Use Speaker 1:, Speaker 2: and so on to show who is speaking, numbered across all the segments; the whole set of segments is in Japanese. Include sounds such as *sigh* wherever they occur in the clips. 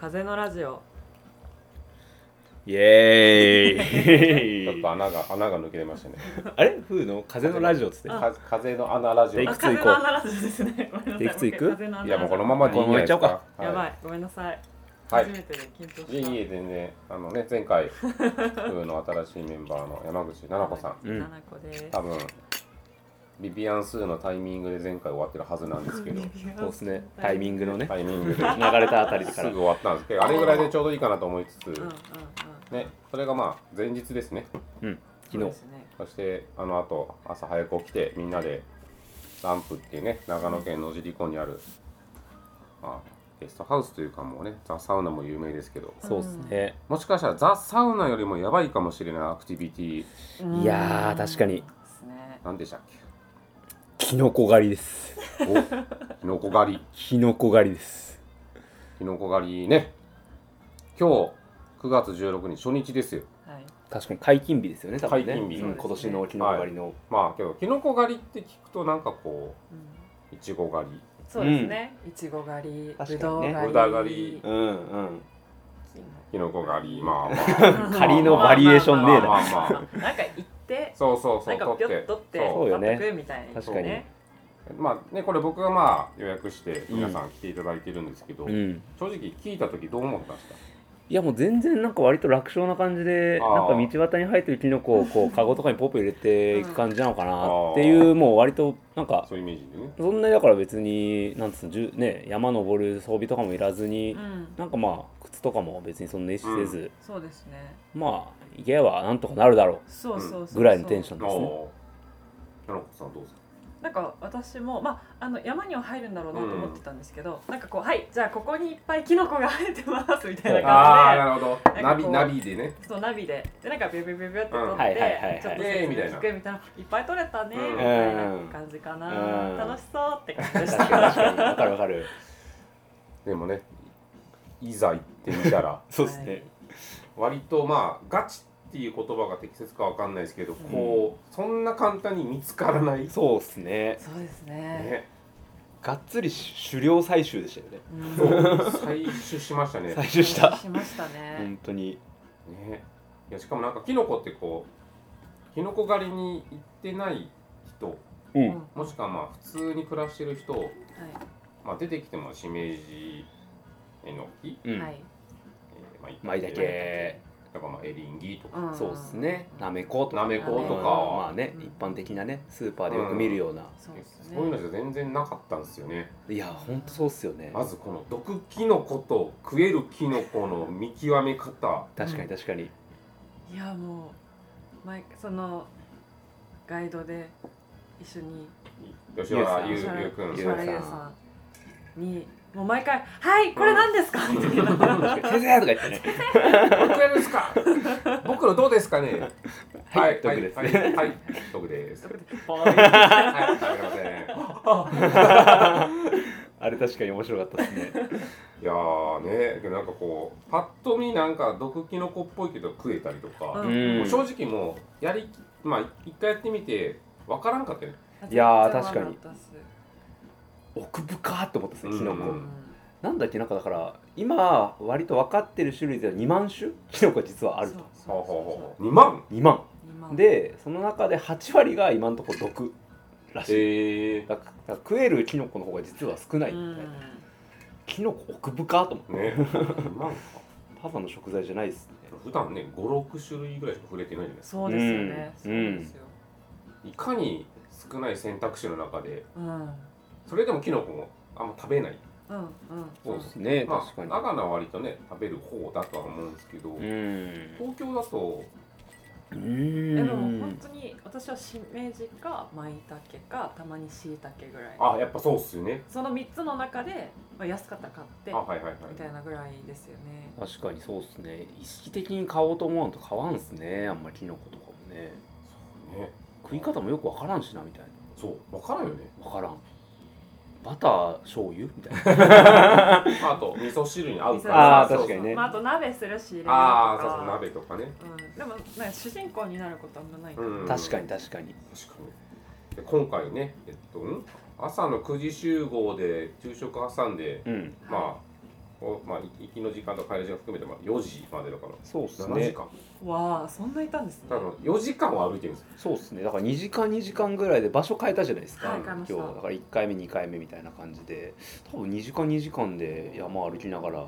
Speaker 1: 風のラジオ
Speaker 2: イエ
Speaker 3: ちょ
Speaker 2: ー
Speaker 3: っ
Speaker 2: イ
Speaker 3: と穴が穴が抜けてましたね。
Speaker 2: あれ風の風のラジオっつって
Speaker 1: あ
Speaker 3: か風の穴ラジオ。
Speaker 2: テイ
Speaker 1: あ
Speaker 2: クツ
Speaker 3: い
Speaker 1: 風
Speaker 2: ー
Speaker 1: の
Speaker 2: 行こう
Speaker 1: 穴ラジオですねごめんなさ
Speaker 2: テイクツー行く
Speaker 1: 風の穴ラジオ
Speaker 3: やもうこのままでいいんじゃないですか。
Speaker 2: こ
Speaker 1: やば
Speaker 3: はい
Speaker 1: ごめんなさい
Speaker 3: はい
Speaker 1: 初めてで緊張した
Speaker 3: い。いえいえ全然あのね前回風の新しいメンバーの山口奈々子さん
Speaker 2: うん
Speaker 1: ななこです
Speaker 3: 多分ビビアンスーのタイミングで前回終わってるはずなんですけど
Speaker 2: そうですねタイミングのね
Speaker 3: タイミング
Speaker 2: 流
Speaker 3: で
Speaker 2: れたあたり
Speaker 3: す
Speaker 2: か
Speaker 3: ぐ
Speaker 2: ら
Speaker 3: 終わったんですけどあれぐらいでちょうどいいかなと思いつ
Speaker 1: うんうんうん
Speaker 3: つねそれがまあ前日ですね。
Speaker 2: うん
Speaker 1: そう
Speaker 2: 昨
Speaker 1: で
Speaker 2: 日
Speaker 1: すね
Speaker 3: そしてあの後朝早く起きてみんなでランプっていうね長野県野尻湖にある、まあ、ゲストハウスというかもうねザ・サウナも有名ですけど
Speaker 2: そうですね
Speaker 3: もしかしたらザ・サウナよりもやばいかもしれないアクティビティ
Speaker 2: いやー確か
Speaker 1: う
Speaker 2: に
Speaker 1: んですね
Speaker 3: なんでしたっ
Speaker 2: キノコ狩りです
Speaker 3: けお *laughs* キノコ狩り
Speaker 2: キノコ狩りです
Speaker 3: キノコ狩りね今日9月16日初日ですよ
Speaker 1: はい
Speaker 2: 確かに解禁日ですよね多分ね
Speaker 3: 解禁日
Speaker 2: うん今年のキノコ狩りの
Speaker 3: まあけどキノコ狩りって聞くとなんかこ
Speaker 1: うん
Speaker 3: ういちご狩り
Speaker 1: そうですねいちご狩りぶ
Speaker 2: 確
Speaker 1: ど
Speaker 2: か
Speaker 1: う
Speaker 2: にね
Speaker 1: 狩り
Speaker 3: ぶどう狩り
Speaker 2: うんうん
Speaker 3: キノコ狩りまあまあ
Speaker 2: 狩りのバリエーションねえ
Speaker 3: まあまあ
Speaker 2: な
Speaker 3: まあまあ
Speaker 1: なんか行って
Speaker 3: そうそうそ
Speaker 1: な
Speaker 3: うん
Speaker 1: かピョッとって
Speaker 3: そう
Speaker 2: そうよね
Speaker 1: パッと食うみたいな
Speaker 2: 確かに
Speaker 1: ね
Speaker 3: まあね、これ僕がまあ予約して皆さん来ていただいてるんですけど、
Speaker 2: うん
Speaker 3: 正直聞いた時どう思ったんですか
Speaker 2: いやもう全然なんか割と楽勝な感じで
Speaker 3: あー
Speaker 2: なんか道端に生えてるキノコをこうカゴとかにポップ入れていく感じなのか
Speaker 3: うんあ
Speaker 2: な
Speaker 3: ー
Speaker 2: っていうもう割となんか
Speaker 3: そういうイメージでね
Speaker 2: そんなにだから別になんつうのじゅね山登る装備とかもいらずに、
Speaker 1: うん
Speaker 2: なんかまあ靴とかも別にそんな意識せず、
Speaker 1: そうですね
Speaker 2: まあ行けばなんとかなるだろ
Speaker 1: そうそうそうそう
Speaker 2: うぐらいのテンション
Speaker 3: あ
Speaker 2: で
Speaker 3: あ
Speaker 2: すね。
Speaker 3: なるほどさんどうですか
Speaker 1: なんか私も、まあ、あの山には入るんだろうなと思ってたんですけど、なんかこう「はいじゃあここにいっぱいキノコが生えてます」みたいな
Speaker 3: あ
Speaker 1: 感
Speaker 3: あなるほど
Speaker 1: な
Speaker 3: ナ
Speaker 1: んか
Speaker 3: ビ
Speaker 1: こう
Speaker 3: ナビ
Speaker 1: じ
Speaker 3: でね
Speaker 1: でそうナビででなんかビュビュビュビュって撮って、
Speaker 3: うん
Speaker 2: はいはいはいはい
Speaker 1: ちょっと説明聞くみたいな「いっぱい撮れたね」み
Speaker 3: うん
Speaker 1: たいな感じかな、
Speaker 2: うん
Speaker 1: 楽しそうって感じでした
Speaker 2: 確かに確かにわかるわかる。
Speaker 3: でもねいざ行ってみたら
Speaker 2: *laughs* そうう
Speaker 1: で
Speaker 2: ですす
Speaker 1: ね
Speaker 2: ね。
Speaker 3: 割とまあガチっていう言葉が適切かわかんないですけどこう、そんな簡単に見つからない、
Speaker 2: そうですね。
Speaker 1: そうですね
Speaker 3: ね、
Speaker 2: がっつり狩猟採集でしたよね。
Speaker 1: うん
Speaker 3: そう *laughs* 採取しましたね
Speaker 2: 採集 *laughs* した。
Speaker 1: しましたね、
Speaker 2: 本当に。
Speaker 3: ねいやしかもなんかキノコってこうキノコ狩りに行ってない人
Speaker 2: う
Speaker 1: うん
Speaker 2: ん。
Speaker 3: もしくはまあ普通に暮らしてる人、
Speaker 1: は
Speaker 3: まあ、出てきてもしめじえのき、
Speaker 2: う
Speaker 1: い、
Speaker 2: ん。
Speaker 1: は
Speaker 2: だ
Speaker 1: い
Speaker 3: えーま
Speaker 2: 舞茸
Speaker 3: えーだからまあエリンギとか、
Speaker 1: ん
Speaker 2: そうですね。なめことか。
Speaker 3: なめ
Speaker 1: ことか
Speaker 2: まあね
Speaker 1: うん
Speaker 2: 一般的なねスーパーでよく見るような。
Speaker 1: そうですね
Speaker 3: そういうのじゃ全然なかったんですよね
Speaker 2: いや本当そうっすよね。
Speaker 3: まずこの毒キノコと食えるキノコの見極め方
Speaker 2: 確かに確かに。
Speaker 1: いやもう前そのガイドで一緒に
Speaker 3: 吉原
Speaker 2: ゆ
Speaker 3: ゆ
Speaker 2: う
Speaker 3: う
Speaker 2: さん
Speaker 3: ゆうくん
Speaker 1: 吉
Speaker 2: ゆう
Speaker 1: 原優
Speaker 2: さん
Speaker 1: さんにもう毎回「はいこれ何ですか?」 *laughs* みたいな
Speaker 2: 確かに先生とか言ってね。
Speaker 3: 僕やるで
Speaker 2: *laughs*
Speaker 3: すか僕のどうですかね
Speaker 2: はい毒です
Speaker 3: はいはいはい毒ですはい
Speaker 1: ポーン
Speaker 3: 食べれません
Speaker 2: *laughs* あれ確かに面白かったです *laughs* ね。
Speaker 3: いやーねけどなんかこうパッと見なんか毒キノコっぽいけど食えたりとか、
Speaker 1: うん
Speaker 3: もう正直もうやりきまあ一回やってみてわからんかったよね
Speaker 2: いやー確かに
Speaker 1: めっちゃ笑ったっす
Speaker 2: 奥深って思ったですねキノコ、
Speaker 3: う
Speaker 1: うんん
Speaker 2: なんだっけなんかだから今割と分かってる種類では2万種 *laughs* キノコ実はあると
Speaker 1: そう
Speaker 3: ほうほう
Speaker 1: そ
Speaker 3: ほう2万
Speaker 2: 2万
Speaker 1: うそう今
Speaker 2: でその中で8割が今のところ毒らしい、
Speaker 3: ええ
Speaker 2: だからだから食えるキノコの方が実は少ないうみたいな、
Speaker 1: ん
Speaker 2: キノコ奥深と思って
Speaker 3: ね2万か
Speaker 2: ただの食材じゃないですね
Speaker 3: 普段ね56種類ぐらいしか触れてないじゃないです
Speaker 1: そうですよね
Speaker 2: う
Speaker 1: そうんですよ
Speaker 3: かいかに少ない選択肢の中で
Speaker 1: うん
Speaker 3: それでもキノコもあんま食べない、
Speaker 1: うんうん
Speaker 2: すね
Speaker 3: まあ、長野は割とね食べる方だとは思うんですけど、
Speaker 2: うん
Speaker 3: 東京だと
Speaker 2: う
Speaker 1: えでも本
Speaker 2: ん
Speaker 1: 当に私はしめじか舞茸かたまにしいたけぐらい
Speaker 3: あやっぱそうっすよね
Speaker 1: その3つの中で、まあ、安かったら買って
Speaker 3: あはいはいはい
Speaker 1: みたいなぐらいですよね
Speaker 2: 確かにそうですね意識的に買おうと思わんと買わんっすねあんまりキノコとかもね
Speaker 3: そうね
Speaker 2: 食い方もよく分からんしなみたいな
Speaker 3: そうわからんよね
Speaker 2: 分からんバター醤油みたいな
Speaker 3: あと味噌汁に合うか
Speaker 2: あ
Speaker 3: ら
Speaker 2: ー
Speaker 3: そうそう
Speaker 2: 確かにね
Speaker 1: まあ、あと鍋するし入れると
Speaker 3: あ
Speaker 1: か
Speaker 3: あそうそう鍋とかね
Speaker 1: うん、でもなんか主人公になることあんまない、
Speaker 3: うん
Speaker 2: 確かに確かに
Speaker 3: 確かにで今回ねえっとん朝の9時集合で昼食挟んで
Speaker 2: うん
Speaker 3: まあこうまあ行き行きの時間と帰る時間含めてまあ4時までだから
Speaker 2: そうっす
Speaker 3: 7時
Speaker 2: ね
Speaker 3: 間、
Speaker 1: わあそんないたんですね
Speaker 3: 多分4時間は歩いてるんですよ
Speaker 2: そうっすねだから2時間2時間ぐらいで場所変えたじゃないですか、
Speaker 1: はい買いまし
Speaker 2: 今日
Speaker 1: た
Speaker 2: だから1回目2回目みたいな感じで多分2時間2時間で山歩きながら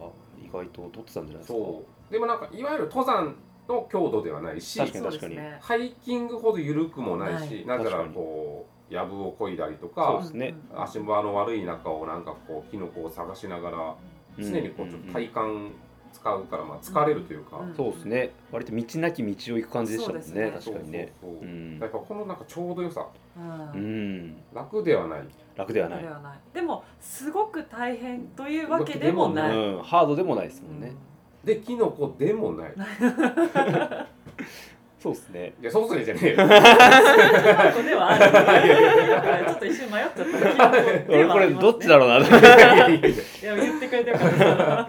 Speaker 2: 意外と撮ってたんじゃないですか
Speaker 3: そうでもなんかいわゆる登山の強度ではないし
Speaker 2: 確かに
Speaker 1: そうですね
Speaker 3: ハイキングほど緩くもないし、
Speaker 2: ない
Speaker 3: なぜなら
Speaker 2: 確かに
Speaker 3: こうやぶをこいだりと
Speaker 2: そう
Speaker 3: か
Speaker 2: ですね
Speaker 1: うんうん
Speaker 3: 足場の悪い中をなんかこうキノコを探しながら
Speaker 2: うん
Speaker 3: 常にこうちょっと体幹使うからまあ
Speaker 1: ん
Speaker 3: 疲れるというか、
Speaker 1: うん
Speaker 2: そうですね割と道なき道を行く感じでしたもんね
Speaker 1: そうですね
Speaker 2: 確かにね
Speaker 3: そうそう
Speaker 2: う
Speaker 3: そう、
Speaker 2: ん
Speaker 3: やっぱこのなんかちょうど良さ
Speaker 1: うん
Speaker 2: うん
Speaker 3: 楽ではない
Speaker 2: 楽では
Speaker 1: そ
Speaker 2: な
Speaker 1: う
Speaker 2: い
Speaker 1: ではないでもすごく大変というわけでも
Speaker 2: う
Speaker 1: ない、
Speaker 2: ん、ハードでもないですもんね、
Speaker 3: でキノコでもない
Speaker 2: そうですね
Speaker 3: いやそうすねじゃねえよ
Speaker 1: キノコではある *laughs* ちょっと一瞬迷っちゃったキノコで
Speaker 2: 俺
Speaker 1: は
Speaker 2: こ
Speaker 1: あ
Speaker 2: れ
Speaker 1: りますね
Speaker 2: どっちだろう
Speaker 1: *laughs*
Speaker 2: な
Speaker 1: いや言ってくれてよかった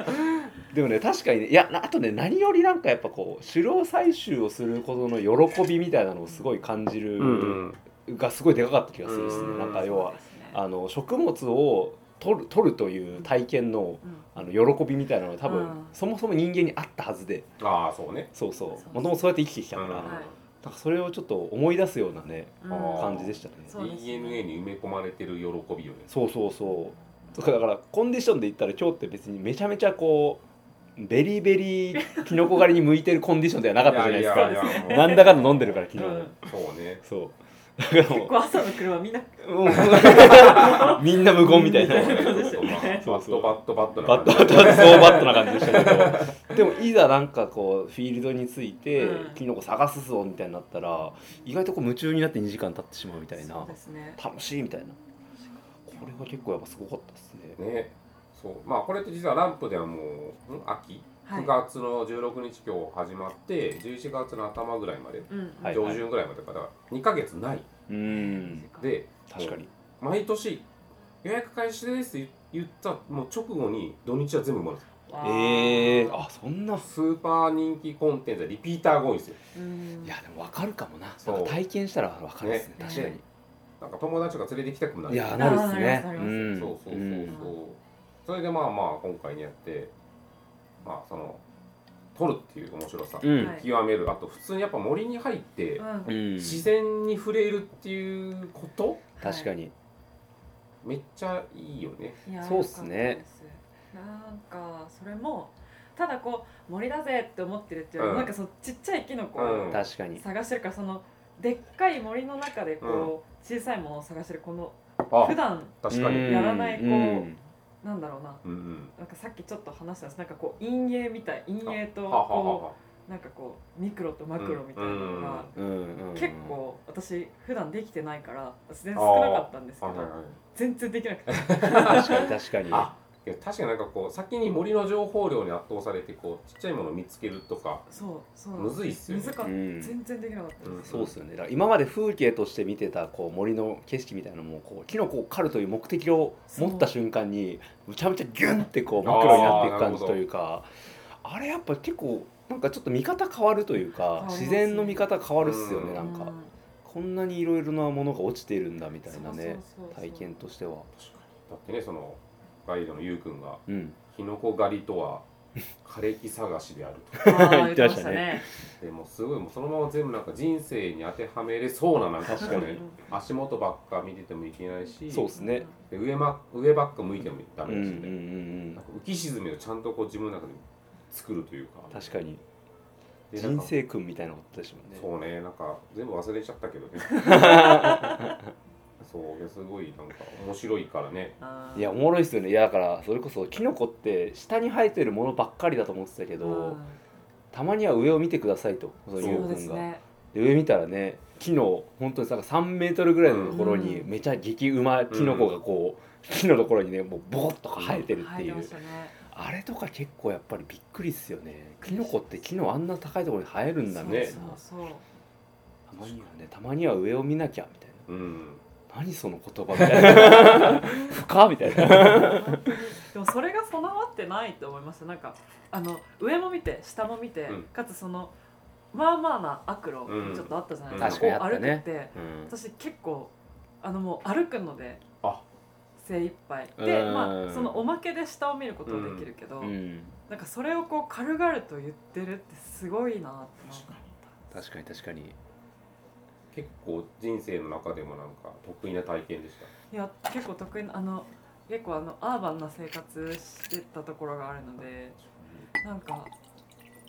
Speaker 2: でもね確かにねいやあとね何よりなんかやっぱこう狩猟採集をすることの喜びみたいなのをすごい感じる、
Speaker 3: うんうん
Speaker 2: がすごいでかかった気がするですね
Speaker 3: う
Speaker 2: *laughs*
Speaker 3: ん
Speaker 2: なんか要
Speaker 1: そ
Speaker 2: は
Speaker 1: うですね
Speaker 2: あの食物を取る取るという体験の
Speaker 1: うん
Speaker 2: あの喜びみたいなのは多分、
Speaker 1: うん
Speaker 2: そもそも人間にあったはずで
Speaker 3: ああそうね
Speaker 2: そうそう
Speaker 1: そうそう
Speaker 2: もともとそうやって生きてきた
Speaker 3: う
Speaker 2: か
Speaker 3: ん
Speaker 2: ら,、なん
Speaker 1: はい
Speaker 2: かそれをちょっと思い出すようなね
Speaker 1: うん
Speaker 3: あー
Speaker 2: 感じでしたね
Speaker 1: そうですね
Speaker 3: DNA に埋め込まれてる喜びよね
Speaker 2: そうそうそうそうだからコンディションで言ったら今日って別にめちゃめちゃこうベリーベリーキノコ狩りに向いてるコンディションではなかったじゃないですか
Speaker 3: ややや
Speaker 2: なんだかの飲んでるから昨日、
Speaker 1: うん
Speaker 3: もうそうね
Speaker 2: そうだからもう
Speaker 1: 結構朝の車みんな
Speaker 2: もう *laughs* みんな無言みたいな
Speaker 1: うんそうですよね
Speaker 3: バットバットバットな
Speaker 2: バッ
Speaker 3: 感
Speaker 2: ト
Speaker 3: じ
Speaker 2: バットそうバットな感じでしたけどでもいざなんかこうフィールドについて
Speaker 1: うん
Speaker 2: キノコ探すぞみたいになったら意外とこう夢中になって2時間経ってしまうみたい
Speaker 1: そ
Speaker 2: な
Speaker 1: うですね
Speaker 2: 楽しいみたいなこれは結構やっぱすごかったですね
Speaker 3: ねそうまあこれって実はランプではもうん秋
Speaker 1: はい
Speaker 3: 9月の16日今日始まって11月の頭ぐらいまで
Speaker 1: うんうん
Speaker 2: はい
Speaker 3: 上旬ぐらいまでだから2ヶ月ない
Speaker 2: うん
Speaker 3: で
Speaker 2: 確かに
Speaker 3: 毎年予約開始ですって言ったもう直後に土日は全部埋まるんです
Speaker 1: わ
Speaker 2: ええー、あそんな
Speaker 3: スーパー人気コンテンツはリピーターが多いんですよ
Speaker 1: うん
Speaker 2: いやでも分かるかもな
Speaker 3: そう
Speaker 2: なんか体験したら分かるですね
Speaker 1: ね
Speaker 2: 確かに、
Speaker 3: なんか友達が連れてきたくなる
Speaker 2: いやーなるっすね
Speaker 1: あーなりますなります
Speaker 2: ん
Speaker 3: そうそうそうそう、
Speaker 2: ん
Speaker 3: それでまあまあ今回にやってまあその撮るっていう面白さ、
Speaker 2: うん
Speaker 1: はい
Speaker 3: 極めるあと普通にやっぱ森に入って
Speaker 1: うん
Speaker 2: う
Speaker 1: はい
Speaker 2: ん
Speaker 3: 自然に触れるっていうこと
Speaker 2: 確かに
Speaker 3: めっちゃいいよね
Speaker 1: いやー
Speaker 2: そうっすね
Speaker 1: よかったですなんかそれもただこう森だぜって思ってるっていうより
Speaker 3: うん
Speaker 1: もなんかそのちっちゃいキノコ
Speaker 3: うん
Speaker 1: を
Speaker 2: 確かに
Speaker 1: 探してるからそのでっかい森の中でこう小さいものを探してるこの
Speaker 3: あ
Speaker 1: 普段
Speaker 3: 確かに
Speaker 2: うん
Speaker 1: やらないこうんなんだろうな
Speaker 3: うんうん
Speaker 1: なんかさっきちょっと話したんですなんかこう陰影みたい陰影と
Speaker 3: ははは
Speaker 1: こ
Speaker 3: は
Speaker 1: うなんかこうミクロとマクロみたいなの
Speaker 3: うん
Speaker 1: が
Speaker 2: うんうんうん
Speaker 1: 結構私普段できてないから全然少なかったんですけ
Speaker 3: あ
Speaker 1: ど
Speaker 3: はいはい
Speaker 1: 全然できなく
Speaker 2: *laughs*
Speaker 1: て
Speaker 2: 確かに確かに
Speaker 3: あいや確かになんかこう先に森の情報量に圧倒されてこうちっちゃいものを見つけるとか
Speaker 1: そうそう
Speaker 3: むずいっすよね
Speaker 1: 難かっ
Speaker 2: う
Speaker 1: た
Speaker 2: ん
Speaker 1: 全然できなかった
Speaker 3: う
Speaker 1: で
Speaker 3: ん
Speaker 1: す
Speaker 2: そうですよねだから今まで風景として見てたこう森の景色みたいなのもこうキノコを狩るという目的を持った瞬間にむちゃむちゃギュンってこう真っ黒になっていく感じというかあれやっぱ結構なんかちょっと見方変わるという
Speaker 1: り
Speaker 2: か
Speaker 1: ますね
Speaker 2: 自然の見方変わるっすよ
Speaker 3: う
Speaker 2: ねなん
Speaker 1: う
Speaker 2: かこんなにいろいろなものが落ちているんだみたい
Speaker 1: そ
Speaker 2: なね
Speaker 1: うそうそうそう
Speaker 2: 体験としては
Speaker 3: 確かにだってねそのガイドのゆうくんが
Speaker 2: うん
Speaker 3: 「キノコ狩りとは枯れ木探しである」と
Speaker 1: あー
Speaker 2: 言ってましたね
Speaker 3: でもうすごいもうそのまま全部なんか人生に当てはめれそうななんか
Speaker 2: 確かに
Speaker 3: ね *laughs* 足元ばっか見ててもいけないし
Speaker 2: そうっすね
Speaker 3: で上,、ま、上ばっか向いてもダ
Speaker 2: うんう
Speaker 3: メ
Speaker 2: んう
Speaker 3: だ
Speaker 2: ん
Speaker 3: し、
Speaker 2: う
Speaker 3: ねなんんか浮き沈みをちゃんとこう自分の中で作るというか
Speaker 2: 確かに
Speaker 3: でなん
Speaker 2: 人
Speaker 3: か
Speaker 2: 生訓みたいなことでしもんね
Speaker 3: そうねなんか全部忘れちゃったけどねそういやすごいなんか面白いからね
Speaker 2: いやおもろいっすよねいやだからそれこそキノコって下に生えてるものばっかりだと思ってたけど、たまには上を見てくださいとそのゆう
Speaker 1: そうで
Speaker 2: くん
Speaker 1: す
Speaker 2: が、
Speaker 1: ね
Speaker 2: で上見たらね木の本当にさ3メートルぐらいのところに
Speaker 1: うん
Speaker 2: めちゃ激うまキノコがこう、木のところにねもうボコッと生えてるっ
Speaker 1: 入っ
Speaker 2: てい
Speaker 1: て
Speaker 2: う、
Speaker 1: ましたね
Speaker 2: あれとか結構やっぱりびっくりっすよねキノコって木のあんな高いところに生えるんだね
Speaker 1: そうそうそ
Speaker 2: *laughs*
Speaker 1: う
Speaker 2: たまにはねたまには上を見なきゃみたい
Speaker 3: うん
Speaker 2: な何その言葉みた
Speaker 1: *laughs*
Speaker 2: いな *laughs* 深っみたいな
Speaker 1: でもそれが備わってないと思いましたなんかあの上も見て下も見て、
Speaker 3: うん
Speaker 1: かつそのまあまあな悪路ちょっとあったじゃないですか、こう
Speaker 2: 確
Speaker 3: うん
Speaker 2: かにあったね
Speaker 1: 歩くって
Speaker 2: うん
Speaker 1: 私結構あのもう歩くので
Speaker 3: あ
Speaker 1: 精一杯で、
Speaker 2: うん
Speaker 1: まあ、そのおまけで下を見ることはできるけど、
Speaker 2: うん、
Speaker 1: なんかそれをこう軽々と言ってるってすごいなってなんか
Speaker 2: 確かに確かに
Speaker 3: 結構人生の中でもなんか得意な体験でした
Speaker 1: いや結構得意なあの結構あのアーバンな生活してたところがあるのでなんか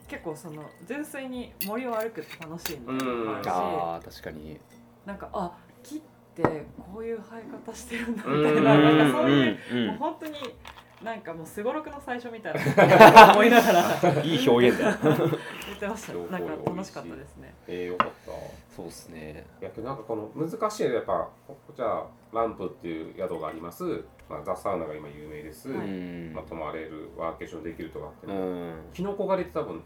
Speaker 1: 結構その純粋に森を歩くって楽しいみたいなのもあるし、
Speaker 2: あー確かに
Speaker 1: なんかあ木ってこういう生え方してるんだみたいななんかそういうもう本当になんかもうすごろくの最初みたい
Speaker 2: *laughs*
Speaker 1: な思いながら
Speaker 2: うんいい表現だ
Speaker 1: 言ってましたねなんか楽しかったですね
Speaker 3: えー、よかったい
Speaker 2: そうですね
Speaker 3: やけどなんかこの難しいよやっぱここじゃあランプっていう宿があります、まあ、ザ・サウナが今有名です、
Speaker 1: はい
Speaker 2: うん
Speaker 3: まあ、泊まれるワーケーションできるとかって、
Speaker 2: うん
Speaker 3: キノコ狩りって多分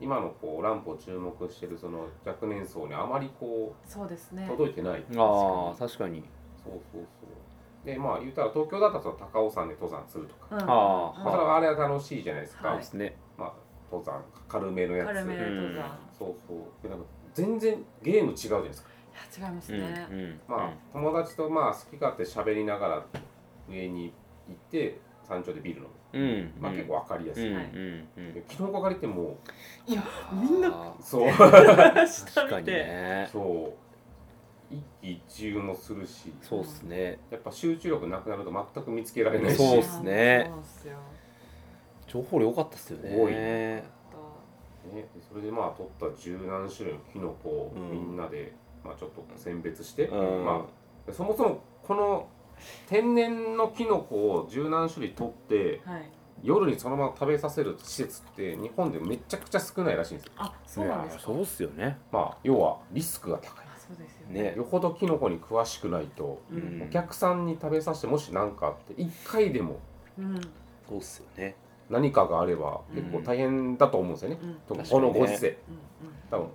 Speaker 3: 今のこうランプを注目してるその若年層にあまりこ
Speaker 1: そうです
Speaker 3: う
Speaker 1: ね
Speaker 3: 届いてない、
Speaker 2: ああ確かに
Speaker 3: そうそうそうでまあ言うたら東京だったらその高尾山で登山するとか、
Speaker 1: うん
Speaker 2: あ
Speaker 1: うん
Speaker 3: まあ、それはあれは楽しいじゃないですか、
Speaker 2: そう
Speaker 1: はい
Speaker 2: ですね
Speaker 3: まあ登山軽めのやつ
Speaker 1: 軽めの登山い
Speaker 3: そうそうでなんか全然ゲーム違うじゃないですか
Speaker 1: や違います
Speaker 2: うん
Speaker 1: ね
Speaker 2: うん
Speaker 3: まあ、友達とまあ好き勝手喋りながら上に行って山頂でビール飲む、
Speaker 2: うん
Speaker 3: まあ、結構分かりやす
Speaker 2: うん
Speaker 3: い、
Speaker 2: うん
Speaker 1: はい
Speaker 2: うん
Speaker 3: で昨日かかりっても
Speaker 1: いや
Speaker 2: うん
Speaker 1: みんな
Speaker 2: あ
Speaker 3: うそう
Speaker 2: ー
Speaker 1: 下
Speaker 2: 確か
Speaker 1: 見
Speaker 2: に
Speaker 1: て
Speaker 2: ね
Speaker 3: そう一喜一憂もするし
Speaker 2: そうですね
Speaker 3: やっぱ集中力なくなると全く見つけられないし
Speaker 2: そうっすね
Speaker 1: そうっすよ
Speaker 2: 情報量多かったっすよ
Speaker 3: 多い
Speaker 2: ね
Speaker 3: ね、それでまあ取った十何種類のキノコを
Speaker 2: うん
Speaker 3: みんなで、まあ、ちょっと選別して、
Speaker 2: うん
Speaker 3: まあ、そもそもこの天然のキノコを十何種類取って
Speaker 1: はい
Speaker 3: 夜にそのまま食べさせる施設って日本でめちゃくちゃ少ないらしいんですよ、
Speaker 1: あそうなんですか
Speaker 2: いやそうっすよね
Speaker 3: まあ、要はリスクが高い
Speaker 1: あそうですよ
Speaker 2: ね
Speaker 3: よほどキノコに詳しくないと
Speaker 1: うん
Speaker 2: うん
Speaker 3: お客さんに食べさせてもし何かあって1回でも
Speaker 1: うん
Speaker 2: そうっすよね
Speaker 3: 何かがあれば
Speaker 1: うん
Speaker 3: 結構大変だと思うんですよね
Speaker 1: う、ん
Speaker 3: 特に
Speaker 2: 確か
Speaker 3: こ
Speaker 2: にね
Speaker 3: のご時世
Speaker 1: うん
Speaker 3: 多分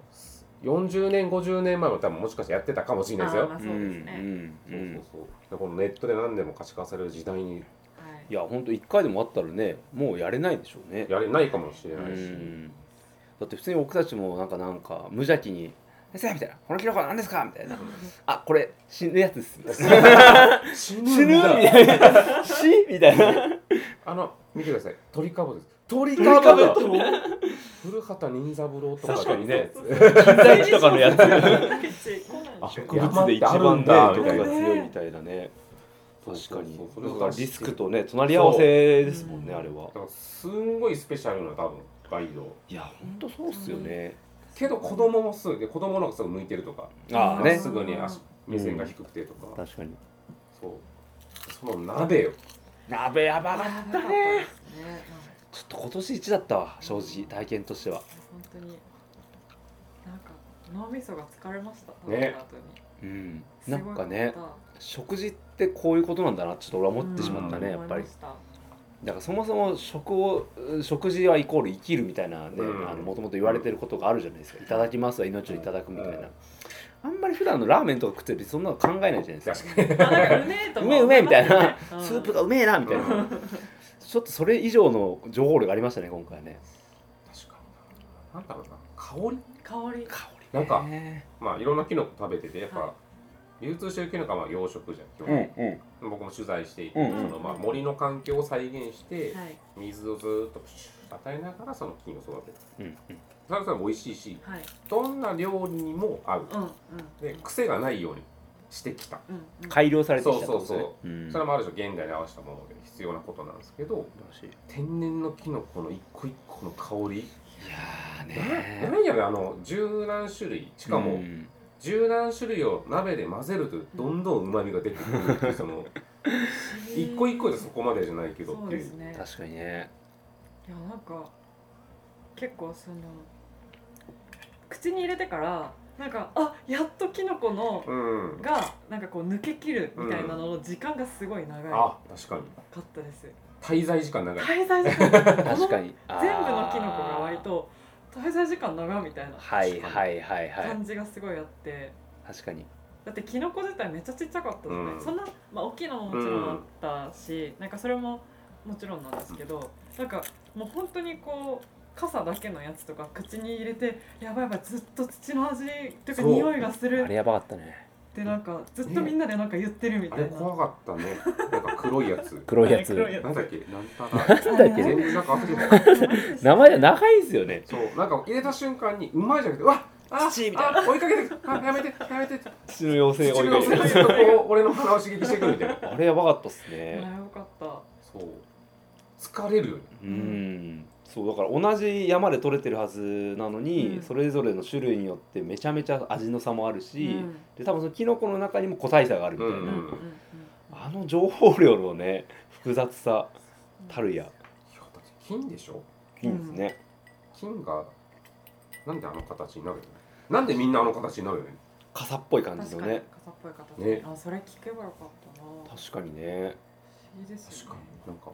Speaker 3: 40年50年前も多分もしかしたらやってたかもしれないです
Speaker 1: あ
Speaker 3: よ
Speaker 1: まあそうですね
Speaker 2: うんうんうん
Speaker 3: そうそうそうでこのネットで何でも可視化される時代に
Speaker 1: はい
Speaker 2: いや本当一回でもあったらねもうやれないでしょうね
Speaker 3: やれないかもしれ
Speaker 2: う
Speaker 3: ないし、
Speaker 2: んだって普通に僕たちもなんかなんか無邪気に「先生」みたいな「このキノコは何ですか?」みたい
Speaker 3: *laughs*
Speaker 2: な「あこれ死ぬやつです」
Speaker 3: 死
Speaker 2: 死ぬ
Speaker 3: ん
Speaker 2: み
Speaker 3: だ
Speaker 2: たいな「死」みたいな
Speaker 3: あの見てください鳥かぶです
Speaker 2: 鳥
Speaker 3: かぶだ
Speaker 2: と
Speaker 3: 古畑任三郎とか
Speaker 2: 確かにね
Speaker 1: 近
Speaker 2: 代一と *laughs* かのやつ
Speaker 1: *laughs*
Speaker 3: あ
Speaker 2: 植物で一番ね
Speaker 3: 山ってあるんだ
Speaker 2: 毒が強いみたいなね確かにだからリスクとね隣り合わせですもんね
Speaker 1: そう
Speaker 2: あれは
Speaker 3: だからすんごいスペシャルな多分ガイド
Speaker 2: いや本当そうっすよね
Speaker 3: けど子供もすぐで子供の方がすぐ向いてるとか
Speaker 2: ああ
Speaker 3: まっ
Speaker 2: ね
Speaker 3: すぐに足目線が低くてとか、
Speaker 2: 確かに
Speaker 3: そうその鍋よ
Speaker 2: 鍋やば
Speaker 1: あ
Speaker 2: かっ
Speaker 1: ったた
Speaker 2: ね
Speaker 1: ね
Speaker 2: ちょっと今年一だったわ正直体験としては
Speaker 1: 本当になんか脳みそが疲れました
Speaker 3: ね
Speaker 1: 食べた
Speaker 2: うん
Speaker 1: 後に
Speaker 2: なんか
Speaker 1: す
Speaker 2: ね
Speaker 1: ごいこ
Speaker 2: 食事ってこういうことなんだなちょっと俺は
Speaker 1: と
Speaker 2: 思ってしまったね、
Speaker 1: うん
Speaker 2: やっぱり
Speaker 1: 思いました
Speaker 2: だからそもそも食をうん食事はイコール生きるみたいなね
Speaker 3: うん
Speaker 2: もともと言われてることがあるじゃないですか「いただきます」は命をいただくみたいな、あんまり普段のラーメンとか食ってるそんなの考えないじゃないですか
Speaker 3: 確かに
Speaker 1: あなんかうめえと
Speaker 2: う
Speaker 1: 思
Speaker 2: めえうめえみたいな、
Speaker 1: うん
Speaker 2: *laughs* スープがうめえなみたいな、
Speaker 3: うん
Speaker 2: ちょっとそれ以上の情報量がありましたね今回ね
Speaker 3: 確かになんだろうな香り
Speaker 1: 香り
Speaker 2: 香り
Speaker 3: なんか
Speaker 2: ね
Speaker 3: まあいろんなキノコ食べててやっぱ、
Speaker 1: は
Speaker 3: 流通してるキノコはまあ養殖じゃん基
Speaker 2: うん
Speaker 3: 本、
Speaker 2: うん
Speaker 3: 僕も取材していて、
Speaker 2: うん
Speaker 3: そのまあ、森の環境を再現して、
Speaker 1: はい
Speaker 3: 水をずーっとプシュッ与えながらその木を育てる
Speaker 2: うん
Speaker 3: それはそれは美味しいし
Speaker 1: はい
Speaker 3: どんな料理にも合う
Speaker 1: うんうん
Speaker 3: で癖がないようにしてきた、
Speaker 1: うんうん
Speaker 2: 改良されてきた
Speaker 3: そうそうそう
Speaker 2: う、うん、
Speaker 3: それもある種現代に合わせたもので必要なことなんですけど
Speaker 2: 素晴らしい
Speaker 3: 天然のキノコの一個一個の香り
Speaker 2: いやー
Speaker 3: な
Speaker 2: ね
Speaker 3: なんやろあの十何種類しか
Speaker 2: う
Speaker 3: も
Speaker 2: ん
Speaker 3: 十何種類を鍋で混ぜるとどんどんうまみが出てくるっていうその一個一個でそこまでじゃないけど
Speaker 1: そ
Speaker 3: っ
Speaker 1: う
Speaker 3: て
Speaker 1: で
Speaker 3: い
Speaker 1: す
Speaker 3: う
Speaker 1: ね
Speaker 2: 確かにね
Speaker 1: いやなんか結構その口に入れてからなんかあやっとキノコの
Speaker 3: うん
Speaker 1: がなんかこう抜け切るみたいなのの時間がすごい長いか
Speaker 3: あ確かに
Speaker 1: ったです。
Speaker 3: 滞在時間長い
Speaker 1: 滞在時間
Speaker 2: 確か
Speaker 1: に
Speaker 2: に
Speaker 1: 全部のキノコが割と滞在時間長いみたいな
Speaker 2: はいはいはいはい
Speaker 1: 感じがすごいあって、
Speaker 2: 確かに
Speaker 1: だってキノコ自体めっちゃちっちゃかったじゃない、
Speaker 3: うん
Speaker 1: そんな、まあ、大きいのももちろんあったし、なんかそれももちろんなんですけど、なんかもう本当にこう傘だけのやつとか口に入れてやばいやばいずっと土の味というか
Speaker 3: そう
Speaker 1: 匂いがする
Speaker 2: あれやばかったね
Speaker 1: っでなんかずっとみんなでなんか言ってるみ
Speaker 3: あ
Speaker 1: たい
Speaker 3: れ
Speaker 1: な、
Speaker 3: 怖かったね。なんか黒いやつ。
Speaker 2: *laughs* 黒いやつ
Speaker 1: あれ黒いや
Speaker 3: なんだっけ、なんたら。
Speaker 2: なんだっけ
Speaker 3: 全
Speaker 2: ね
Speaker 3: 然なんか忘れてた。
Speaker 2: 名前が長いですよね
Speaker 3: そう、なんか入れた瞬間に、うまいじゃなくて、うわっ。あ
Speaker 2: 土みたい
Speaker 3: あ追いかけてくるあやめてやめて
Speaker 2: 父の妖精
Speaker 3: 口
Speaker 2: 追いか
Speaker 3: の
Speaker 2: け
Speaker 3: 先
Speaker 2: て
Speaker 3: ずっとこう俺の鼻を刺激してくるみたいな
Speaker 2: あれやばかったっす
Speaker 1: あ
Speaker 2: ね
Speaker 1: よかった
Speaker 3: そう疲れるよね
Speaker 2: うんそうだから同じ山で取れてるはずなのに、
Speaker 1: うん
Speaker 2: それぞれの種類によってめちゃめちゃ味の差もある
Speaker 1: うん
Speaker 2: し、で多分そのキノコの中にも個体差があるみたいな、
Speaker 3: う
Speaker 1: うん
Speaker 3: ん
Speaker 1: うんうん
Speaker 2: あの情報量のね複雑さたるや
Speaker 3: いやだって金でしょ
Speaker 2: いいですね、
Speaker 3: 金がなんであの形になるのなんでみんなあの形になるの
Speaker 2: 傘っぽい感じ
Speaker 1: 確
Speaker 2: の
Speaker 1: かに
Speaker 2: ね
Speaker 1: 片っぽい方
Speaker 3: ね
Speaker 1: あそれ聞けばよかったな不思
Speaker 2: 確かにね
Speaker 1: 議ですよね
Speaker 3: なんか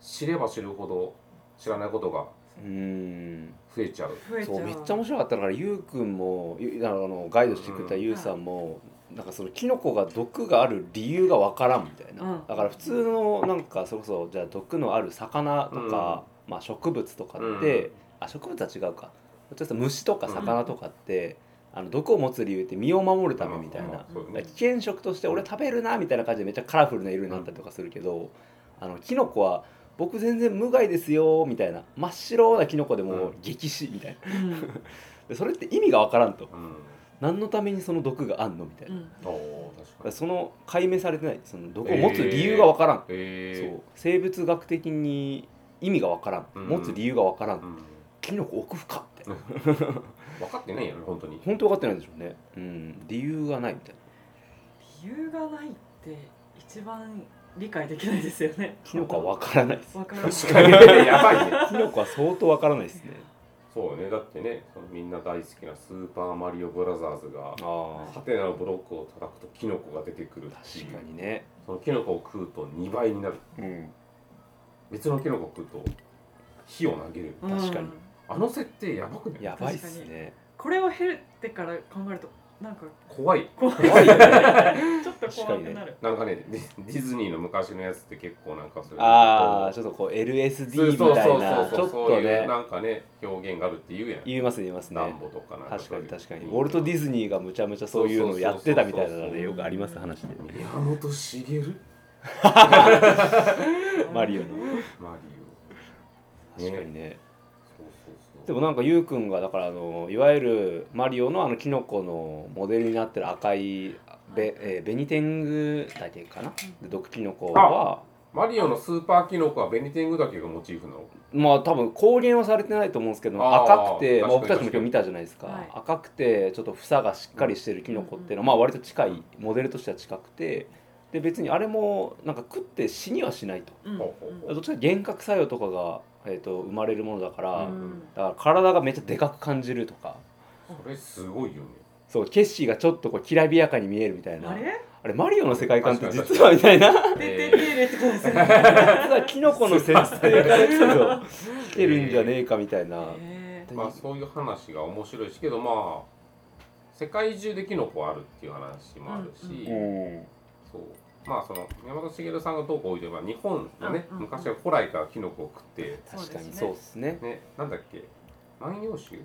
Speaker 3: 知れば知るほど知らないことが
Speaker 2: うーん
Speaker 3: 増えちゃう
Speaker 1: 増えちゃ
Speaker 2: そううめっちゃ面白かったのからゆうくんもゆあのガイドしてくれたゆうさんも、なんかそのキノコが毒がある理由がわからんみたいな、
Speaker 1: うん
Speaker 2: だから普通のなんかそれこそじゃあ毒のある魚とか、まあ、植物とかって、あ植物は違うかちょっと虫とか魚とかって、あの毒を持つ理由って身を守るためみたいな、
Speaker 3: うんそう
Speaker 2: だから
Speaker 3: ね
Speaker 2: 危険食として俺食べるなみたいな感じでめっちゃカラフルな色になったりとかするけど、あのキノコは僕全然無害ですよみたいな真っ白なキノコで
Speaker 3: う
Speaker 2: も
Speaker 3: ん
Speaker 2: 激死みたいな
Speaker 1: うん
Speaker 2: でそれって意味がわからんと
Speaker 3: うん
Speaker 2: 何のためにその毒があんのみたいな、だ
Speaker 1: うん
Speaker 3: おお確
Speaker 2: か
Speaker 3: からに
Speaker 2: その解明されてないその毒を持つ理由がわからん、
Speaker 3: え
Speaker 2: そう生物学的に意味がわからん、
Speaker 3: うん
Speaker 2: 持つ理由がわからん、
Speaker 3: ーうん
Speaker 2: キノコ奥深って
Speaker 3: 分かってないよね本当に
Speaker 2: 本当分かってないんでしょうね、うん、理由がないみたいな
Speaker 1: 理由がないって一番理解できないですよね
Speaker 2: キノコは分からないです
Speaker 1: わからない
Speaker 3: 確かに *laughs* やばいね
Speaker 2: キノコは相当分からないですね
Speaker 3: そうねだってねそのみんな大好きな「スーパーマリオブラザーズ」が
Speaker 2: あ
Speaker 3: ハテナのブロックを叩くとキノコが出てくるってい
Speaker 2: 確
Speaker 3: う
Speaker 2: かにね、
Speaker 3: そのキノコを食うと2倍になる
Speaker 2: うん、
Speaker 3: 別のキノコを食うと火を投げる
Speaker 1: うん
Speaker 2: 確かに
Speaker 3: あの設定やばくない
Speaker 2: やばいっすね
Speaker 1: これを減ってから考えるとなんか
Speaker 3: 怖い
Speaker 1: 怖い
Speaker 2: *laughs*
Speaker 1: ちょっと怖くなる
Speaker 3: なんかねディディズニーの昔のやつって結構なんかそういう
Speaker 2: ああち
Speaker 3: ょっ
Speaker 2: ょっとこう LSD
Speaker 3: そう
Speaker 2: み
Speaker 3: そう
Speaker 2: た
Speaker 3: そ
Speaker 2: いうなち
Speaker 3: そ
Speaker 2: ょ
Speaker 3: う
Speaker 2: っ
Speaker 3: そう
Speaker 2: と
Speaker 3: いう
Speaker 2: ね
Speaker 3: なんかね表現があるって言うやん
Speaker 2: 言いますね言います
Speaker 3: ダ
Speaker 2: ね
Speaker 3: ンボとかなんか
Speaker 2: 確かに確かにウォル
Speaker 3: 俺と
Speaker 2: ト・ディズニーがむちゃむちゃそういうのをやってたみたいなのでよくあります話で
Speaker 3: 宮本茂
Speaker 2: マリオの
Speaker 3: マリ
Speaker 2: 確かにね
Speaker 3: オそうそうそう
Speaker 2: でもなんかゆうくんがだからあのいわゆるマリオのあのキノコのモデルになってる赤いベ,、えーベニテングだけかな、で毒キノコは
Speaker 3: マリオのスーパーキノコはベニテングダケがモチーフなの
Speaker 2: まあ多分公言はされてないと思うんですけど
Speaker 3: あー
Speaker 2: 赤くて、まあ、僕
Speaker 3: 確か
Speaker 2: た
Speaker 3: に
Speaker 2: ちも今日見たじゃないですか、
Speaker 1: はい
Speaker 2: 赤くてちょっと房がしっかりしてるキノコっていうのは、まあ、割と近いモデルとしては近くてで別にあれもなんか食って死にはしないと
Speaker 1: うん
Speaker 3: ほうほうほ
Speaker 2: どっちかというと幻覚作用とかが、えー、と生まれるものだから、
Speaker 1: う
Speaker 3: うん
Speaker 1: ん
Speaker 2: だから体がめっちゃでかく感じるとか
Speaker 3: それすごいよね
Speaker 2: そう景色がちょっとこうきらびやかに見えるみたいな
Speaker 1: あれ
Speaker 2: あれマリオの世界観って
Speaker 3: 確かに
Speaker 2: 実はみたいな
Speaker 1: てててれってことですよね
Speaker 2: *laughs* 実はキノコの設定からちょっと来てるんじゃねえかみたいな。
Speaker 1: へー
Speaker 3: まあそういう話が面白いしけどまあ世界中でキノコあるっていう話もあるし、
Speaker 2: うん
Speaker 3: そうまあその山本茂さんがどうこう言えば日本のね、
Speaker 1: うんうんうん
Speaker 3: 昔は古来からキノコを食って
Speaker 2: 確かにそうですね。
Speaker 3: ねなんだっけ万葉集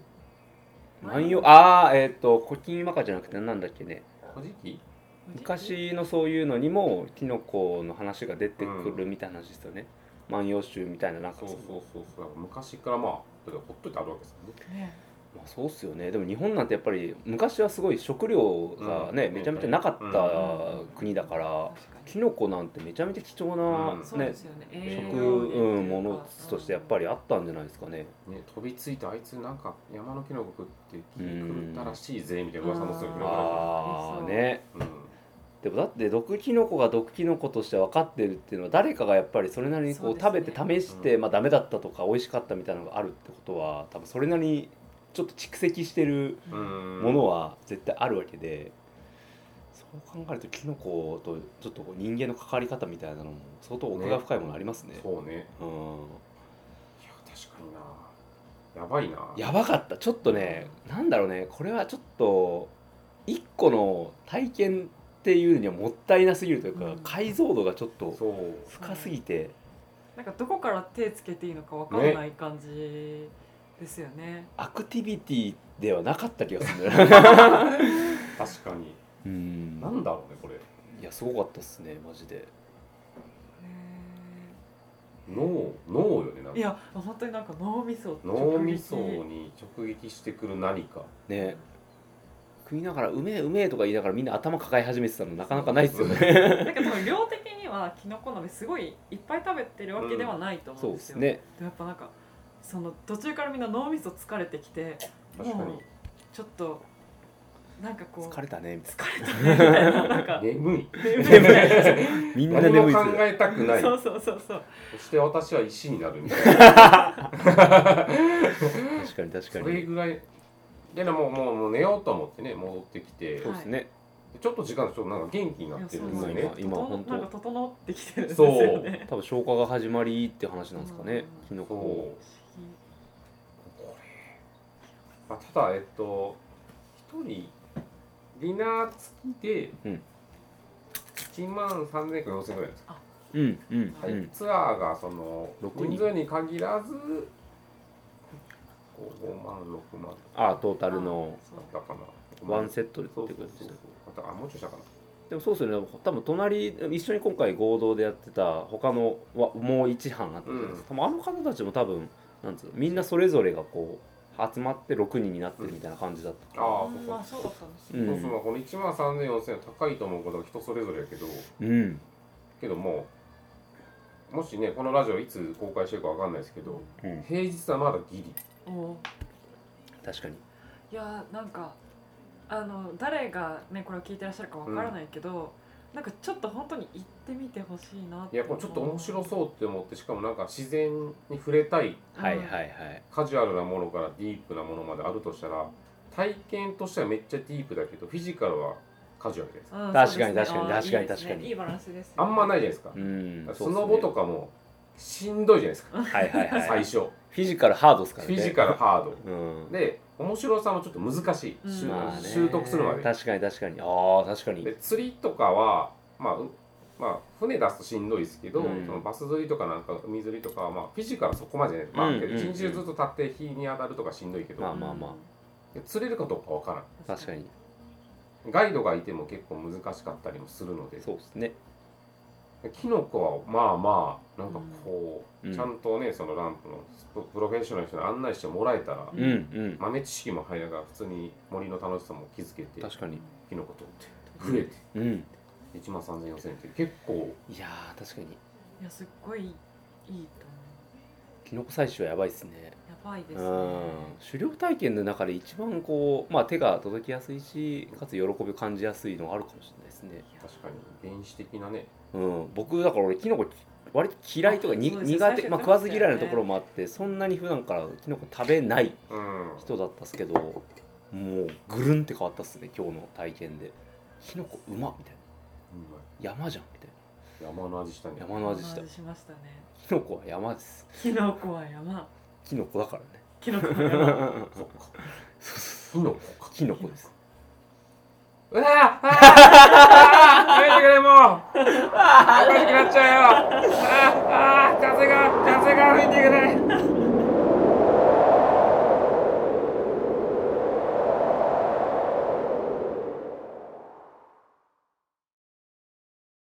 Speaker 2: 万葉ああえっ、と古今和歌じゃなくてなんだっけね
Speaker 3: 古事記
Speaker 2: 昔のそういうのにもキノコの話が出てくるみたいな話ですよね。万葉集みたいななんか
Speaker 3: そう
Speaker 2: そ
Speaker 3: そう
Speaker 2: う
Speaker 3: そうそうだから昔からまあそれがほっといてあるわけですよね
Speaker 1: ね
Speaker 2: まあ、そうっすよねでも日本なんてやっぱり昔はすごい食料がね、
Speaker 3: うん
Speaker 2: めちゃめちゃなか
Speaker 1: う
Speaker 2: っ
Speaker 1: ん
Speaker 2: た国だから
Speaker 1: 確かに
Speaker 2: キノコなんてめちゃめちゃ貴重な、
Speaker 3: うん
Speaker 1: そう
Speaker 2: ね
Speaker 1: ですよね
Speaker 2: 食、
Speaker 1: 栄養面ってい
Speaker 2: うん、
Speaker 1: うか
Speaker 2: ものとしてやっぱりあったんじゃないですかね。
Speaker 3: ね飛びついてあいつなんか山のキノコ食って気狂ったらしいぜみたいな噂もする
Speaker 1: う
Speaker 3: け
Speaker 1: ん
Speaker 3: ど
Speaker 2: あ
Speaker 1: あ
Speaker 2: あ
Speaker 1: ー
Speaker 2: ね
Speaker 3: う
Speaker 2: でもだって毒キノコが毒キノコとして分かってるっていうのは誰かがやっぱりそれなりにこ
Speaker 1: そ
Speaker 2: う
Speaker 1: う
Speaker 2: 食
Speaker 1: で
Speaker 2: べ
Speaker 1: すね
Speaker 2: て試して、
Speaker 3: うん
Speaker 2: まあダメだったとか美味しかったみたいなのがあるってことは多分それなりにちょっと蓄積してる
Speaker 3: ん
Speaker 1: うん
Speaker 3: うん
Speaker 2: ものは絶対あるわけで、そう考えるとキノコとちょっとこう人間の関わり方みたいなのも相当奥が深いものありますね。
Speaker 3: そうねい
Speaker 2: うん、
Speaker 3: や確かになやばいな
Speaker 2: やばかったちょっとねなんだろうねこれはちょっと一個の体験っていうにはもったいなすぎるというか、
Speaker 1: うん
Speaker 2: 解像度がちょっと。
Speaker 3: そう
Speaker 2: 深すぎて、
Speaker 1: なんかどこから手つけていいのかわかんない感じですよね
Speaker 2: アクティビティではなかった気がするんだよな
Speaker 3: 確かに
Speaker 2: *laughs* うん
Speaker 4: なんだろうねこれ
Speaker 2: いやすごかったっすねマジで
Speaker 3: 脳脳よねなん
Speaker 1: い
Speaker 3: か
Speaker 1: や本当になんか脳みそ
Speaker 3: 脳みそ
Speaker 1: 直撃
Speaker 3: に直撃してくる何か
Speaker 2: ね食いながら「うめえうめえ」とか言いながらみんな頭抱え始めてたのなかなかないっすよね
Speaker 1: なんか多分量的にはキノコ鍋すごいいっぱい食べてるわけではないと思
Speaker 2: そううんで
Speaker 1: です
Speaker 2: す
Speaker 1: よ、
Speaker 2: ね
Speaker 1: でもやっぱなんかその途中からみんな脳みそ疲れてきて
Speaker 3: 確かに
Speaker 1: もうちょっとなんかこう
Speaker 2: 疲れたねみたい
Speaker 1: 疲れたねみたいななん
Speaker 2: *laughs*
Speaker 1: か
Speaker 3: 眠い
Speaker 2: なみんな
Speaker 3: 何
Speaker 2: 眠
Speaker 3: も
Speaker 2: いっ
Speaker 3: 考
Speaker 2: すね
Speaker 3: えたくな
Speaker 1: *laughs*
Speaker 3: い
Speaker 1: そうそうそうそう
Speaker 3: そして私は石になるみたいな
Speaker 2: 確かに確か
Speaker 3: そ
Speaker 2: に
Speaker 3: れぐらいででももうもう寝ようと思ってね戻ってきて
Speaker 2: そうですね
Speaker 3: ちょっと時間ちょっとなんか元気になってるんですよ
Speaker 1: い
Speaker 3: ね
Speaker 1: やそう
Speaker 2: 今
Speaker 1: 整
Speaker 2: 本当
Speaker 1: なんか整ってきてるんですよね
Speaker 2: 多分消化が始まりって話なんですかね
Speaker 1: うん
Speaker 2: キノ
Speaker 3: そ
Speaker 2: コ
Speaker 3: う
Speaker 2: を
Speaker 3: これ、あ、ただえっと一人ディナー付きで
Speaker 2: うん
Speaker 3: 1万3000円か4000円ぐらいなんですか、
Speaker 2: うんうん
Speaker 1: は
Speaker 2: う
Speaker 1: い
Speaker 2: ん
Speaker 3: ツアーがその
Speaker 2: 六人
Speaker 3: 人数に限らずこう5万6万
Speaker 2: ああトータルの
Speaker 1: そ
Speaker 3: だ
Speaker 1: う
Speaker 3: ったかな
Speaker 2: ワンセットでって
Speaker 3: そ
Speaker 2: こ
Speaker 3: うそ
Speaker 2: と
Speaker 3: う
Speaker 2: で
Speaker 3: そ
Speaker 2: す
Speaker 3: う
Speaker 2: ね
Speaker 3: そうあとあもうちょいしたかな
Speaker 2: でもそうですよね多分隣一緒に今回合同でやってた他のはもう一班あったじゃないですか、多分あの方たちも多分なんつうのみんなそれぞれがこう集まって6人になってるみたいな感じだったから
Speaker 3: あ
Speaker 1: うんまあそうだったんです
Speaker 2: う
Speaker 1: よ
Speaker 2: ん
Speaker 3: そうそうまあこの1万3000円4000円高いと思うことは人それぞれやけど
Speaker 2: うん
Speaker 3: けどももしねこのラジオいつ公開してるかわかんないですけど
Speaker 2: うん
Speaker 3: 平日はまだギリ
Speaker 1: おー
Speaker 2: 確かに
Speaker 1: いやーなんかあの誰がねこれを聞いてらっしゃるかわからないけど、なんかちょっと本当に行ってみてほしいなっ
Speaker 3: い
Speaker 1: て
Speaker 3: やこれちょっと面白
Speaker 1: う
Speaker 3: そうって思ってしかもなんか自然に触れたい
Speaker 2: はいはい
Speaker 1: い
Speaker 2: はい
Speaker 3: カジュアルなものからディープなものまであるとしたら体験としてはめっちゃディープだけどフィジカルはカジュアルじゃないですか
Speaker 1: うんそうですね
Speaker 2: 確かに確かに
Speaker 1: あー
Speaker 2: 確か
Speaker 1: いいですね
Speaker 2: に確かに
Speaker 1: いいバランスです
Speaker 3: あんまないいじゃないですか,、
Speaker 2: うん
Speaker 3: スノボと
Speaker 2: か
Speaker 3: かもしんどいじゃないですか、
Speaker 2: はいはいはい
Speaker 3: 最初
Speaker 2: フィジカルハードですから
Speaker 3: フ
Speaker 2: ね
Speaker 3: ィジカルハード
Speaker 2: うん
Speaker 3: で面白さもちょっと難しい、
Speaker 1: うん
Speaker 3: 習
Speaker 1: まあね
Speaker 3: 習得するまで
Speaker 2: 確かに確かにああ確かに
Speaker 3: で釣りとかはまあうまあ、船出すとしんどいですけど、
Speaker 2: うん
Speaker 3: そのバス釣りとかなんか海釣りとかは、まあ、フィジカルはそこまでじゃない、まあ、
Speaker 2: うんうんうん
Speaker 3: 一日中ずっと立って日に当たるとかしんどいけど、
Speaker 2: まあまあまあ
Speaker 3: で釣れるかどうかわからん
Speaker 2: 確かに
Speaker 3: ガイドがいても結構難しかったりもするので
Speaker 2: そうですね
Speaker 3: キノコはまあまあなんかこう、
Speaker 2: うん
Speaker 3: ちゃんとねそのランプのププロフェッショナルの人に案内してもらえたら、
Speaker 2: うんうん
Speaker 3: 豆知識も入りながら普通に森の楽しさも気づけて
Speaker 2: 確かに
Speaker 3: キノコ取って増えて
Speaker 2: うん
Speaker 3: 1万3000 4000って結構
Speaker 2: いやー確かに
Speaker 1: いやすっごいいいと思う
Speaker 2: キノコ採取はやばいっすね
Speaker 1: やばいですね
Speaker 2: うん狩猟体験の中で一番こう、まあ、手が届きやすいしかつ喜びを感じやすいのがあるかもしれないですね、
Speaker 3: 確かに原始的なね
Speaker 2: うん、僕だから俺キノコ割と嫌いとかに
Speaker 1: そうですね
Speaker 2: 苦手、
Speaker 1: 最初言ってましたよ
Speaker 2: まあ、
Speaker 1: ね
Speaker 2: 食わず嫌いなところもあってそんなに普段からキノコ食べない
Speaker 3: うん
Speaker 2: 人だったっすけどもうぐるんって変わったっすね今日の体験でキノコうまみたいな山じゃんみたい
Speaker 3: 山の味したね
Speaker 2: な山の味し
Speaker 1: こ
Speaker 2: *laughs* た
Speaker 1: んなしましたね
Speaker 2: キノコは山です
Speaker 1: キノコは山
Speaker 2: キノコだからね
Speaker 1: キノコは
Speaker 2: *laughs*
Speaker 1: 山
Speaker 3: そっかキノコか
Speaker 2: キノコです
Speaker 3: うわあああやめてくれもうおかしくなっちゃうよああ風が風が吹いてくれ